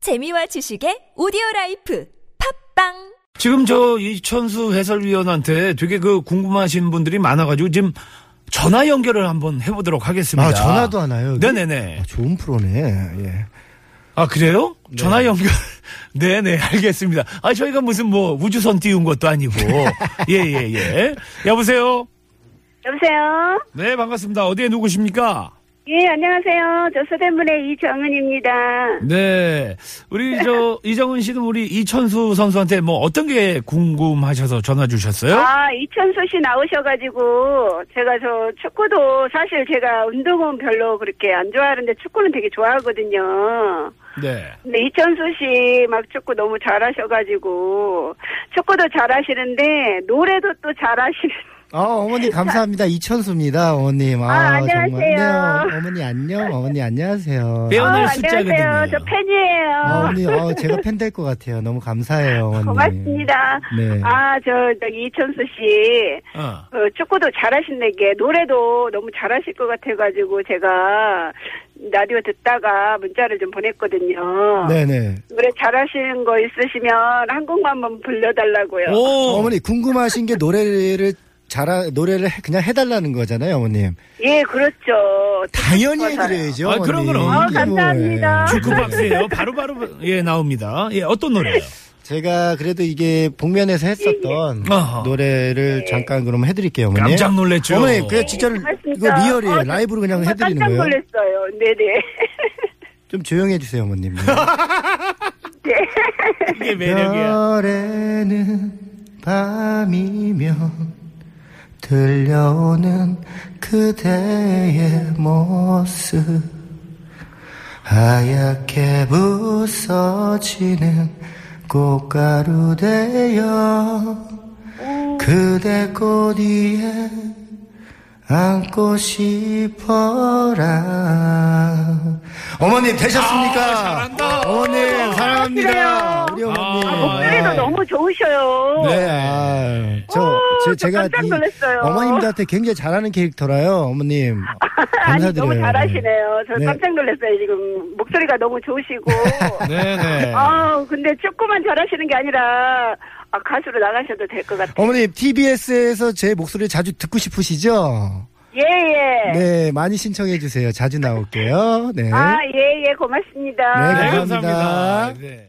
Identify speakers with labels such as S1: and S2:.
S1: 재미와 지식의 오디오 라이프 팝빵
S2: 지금 저 이천수 해설위원한테 되게 그 궁금하신 분들이 많아가지고 지금 전화 연결을 한번 해보도록 하겠습니다.
S3: 아, 전화도 하나요? 여기?
S2: 네네네.
S3: 아, 좋은 프로네. 예.
S2: 아 그래요?
S3: 네.
S2: 전화 연결. 네네 알겠습니다. 아 저희가 무슨 뭐 우주선 띄운 것도 아니고 예예예. 여보세요.
S4: 여보세요?
S2: 네 반갑습니다. 어디에 누구십니까?
S4: 예, 안녕하세요. 저 서대문의 이정은입니다.
S2: 네 우리 저 이정은 씨는 우리 이천수 선수한테 뭐 어떤 게 궁금하셔서 전화 주셨어요?
S4: 아, 이천수 씨 나오셔가지고, 제가 저 축구도 사실 제가 운동은 별로 그렇게 안 좋아하는데 축구는 되게 좋아하거든요.
S2: 네.
S4: 근데 이천수 씨 막 축구 너무 잘하셔가지고, 축구도 잘하시는데, 노래도 또 잘하시는,
S3: 아, 어머니 감사합니다. 이천수입니다, 어머님. 아,
S4: 아,
S3: 정말.
S4: 안녕하세요.
S3: 네, 어머니 안녕. 어머니 안녕하세요.
S2: 네,
S4: 어,
S2: 오늘
S4: 안녕하세요.
S2: 숫자거든요.
S4: 저 팬이에요.
S3: 아, 어머니, 어, 제가 팬 될 것 같아요. 너무 감사해요, 어머니.
S4: 고맙습니다.
S3: 네.
S4: 아, 저, 저 이천수 씨,
S2: 어.
S4: 어, 축구도 잘하시는 게 노래도 너무 잘하실 것 같아가지고 제가 라디오 듣다가 문자를 좀 보냈거든요.
S3: 네네.
S4: 노래 잘하시는 거 있으시면 한 곡만 한번 불러달라고요.
S2: 오.
S3: 어머니 궁금하신 게 노래를 잘하, 노래를 해- 그냥 해달라는 거잖아요, 어머님.
S4: 예, 그렇죠.
S3: 당연히 해드려야죠.
S2: 아, 그럼,
S3: 어머니.
S2: 그럼.
S4: 어,
S3: 이게 뭐,
S4: 감사합니다.
S3: 예.
S2: 주크박스예요. 바로바로 예 나옵니다. 예 어떤 노래예요?
S3: 제가 그래도 이게 복면에서 했었던
S2: 아하.
S3: 노래를 잠깐 그럼 해드릴게요, 어머니.
S2: 예, 깜짝 놀랬죠.
S3: 어머니, 그 진짜 로 이거
S4: 예. 고맙습니다.
S3: 리얼이에요.
S4: 어, 저
S3: 라이브로 그냥
S4: 정말
S3: 해드리는
S4: 깜짝
S3: 거예요.
S4: 놀랐어요. 네네.
S3: 좀 조용해 주세요, 어머님.
S4: 네.
S2: 이게 매력이야.
S3: 별에는 밤이면 들려오는 그대의 모습 하얗게 부서지는 꽃가루 되어 그대 꽃 위에 안고 싶어라 어머님 되셨습니까?
S2: 아, 잘한다.
S3: 어머님 사랑합니다. 우리 어머님.
S2: 아,
S4: 목소리도
S3: 네.
S4: 너무 좋으셔요.
S3: 네. 아, 저,
S4: 오,
S3: 제, 가
S4: 저 깜짝 놀랐어요.
S3: 어머님들한테 굉장히 잘하는 캐릭터라요, 어머님.
S4: 아니,
S3: 감사드려요.
S4: 너무 잘하시네요. 저
S3: 네.
S4: 깜짝 놀랐어요, 지금. 목소리가 너무 좋으시고.
S2: 네네.
S4: 아, 근데 축구만 잘하시는 게 아니라 아, 가수로 나가셔도 될 것 같아요.
S3: 어머님, TBS에서 제 목소리 자주 듣고 싶으시죠?
S4: 예, 예.
S3: 네, 많이 신청해 주세요. 자주 나올게요. 네.
S4: 아, 예, 예, 고맙습니다.
S3: 네,
S2: 네,
S3: 감사합니다.
S2: 네.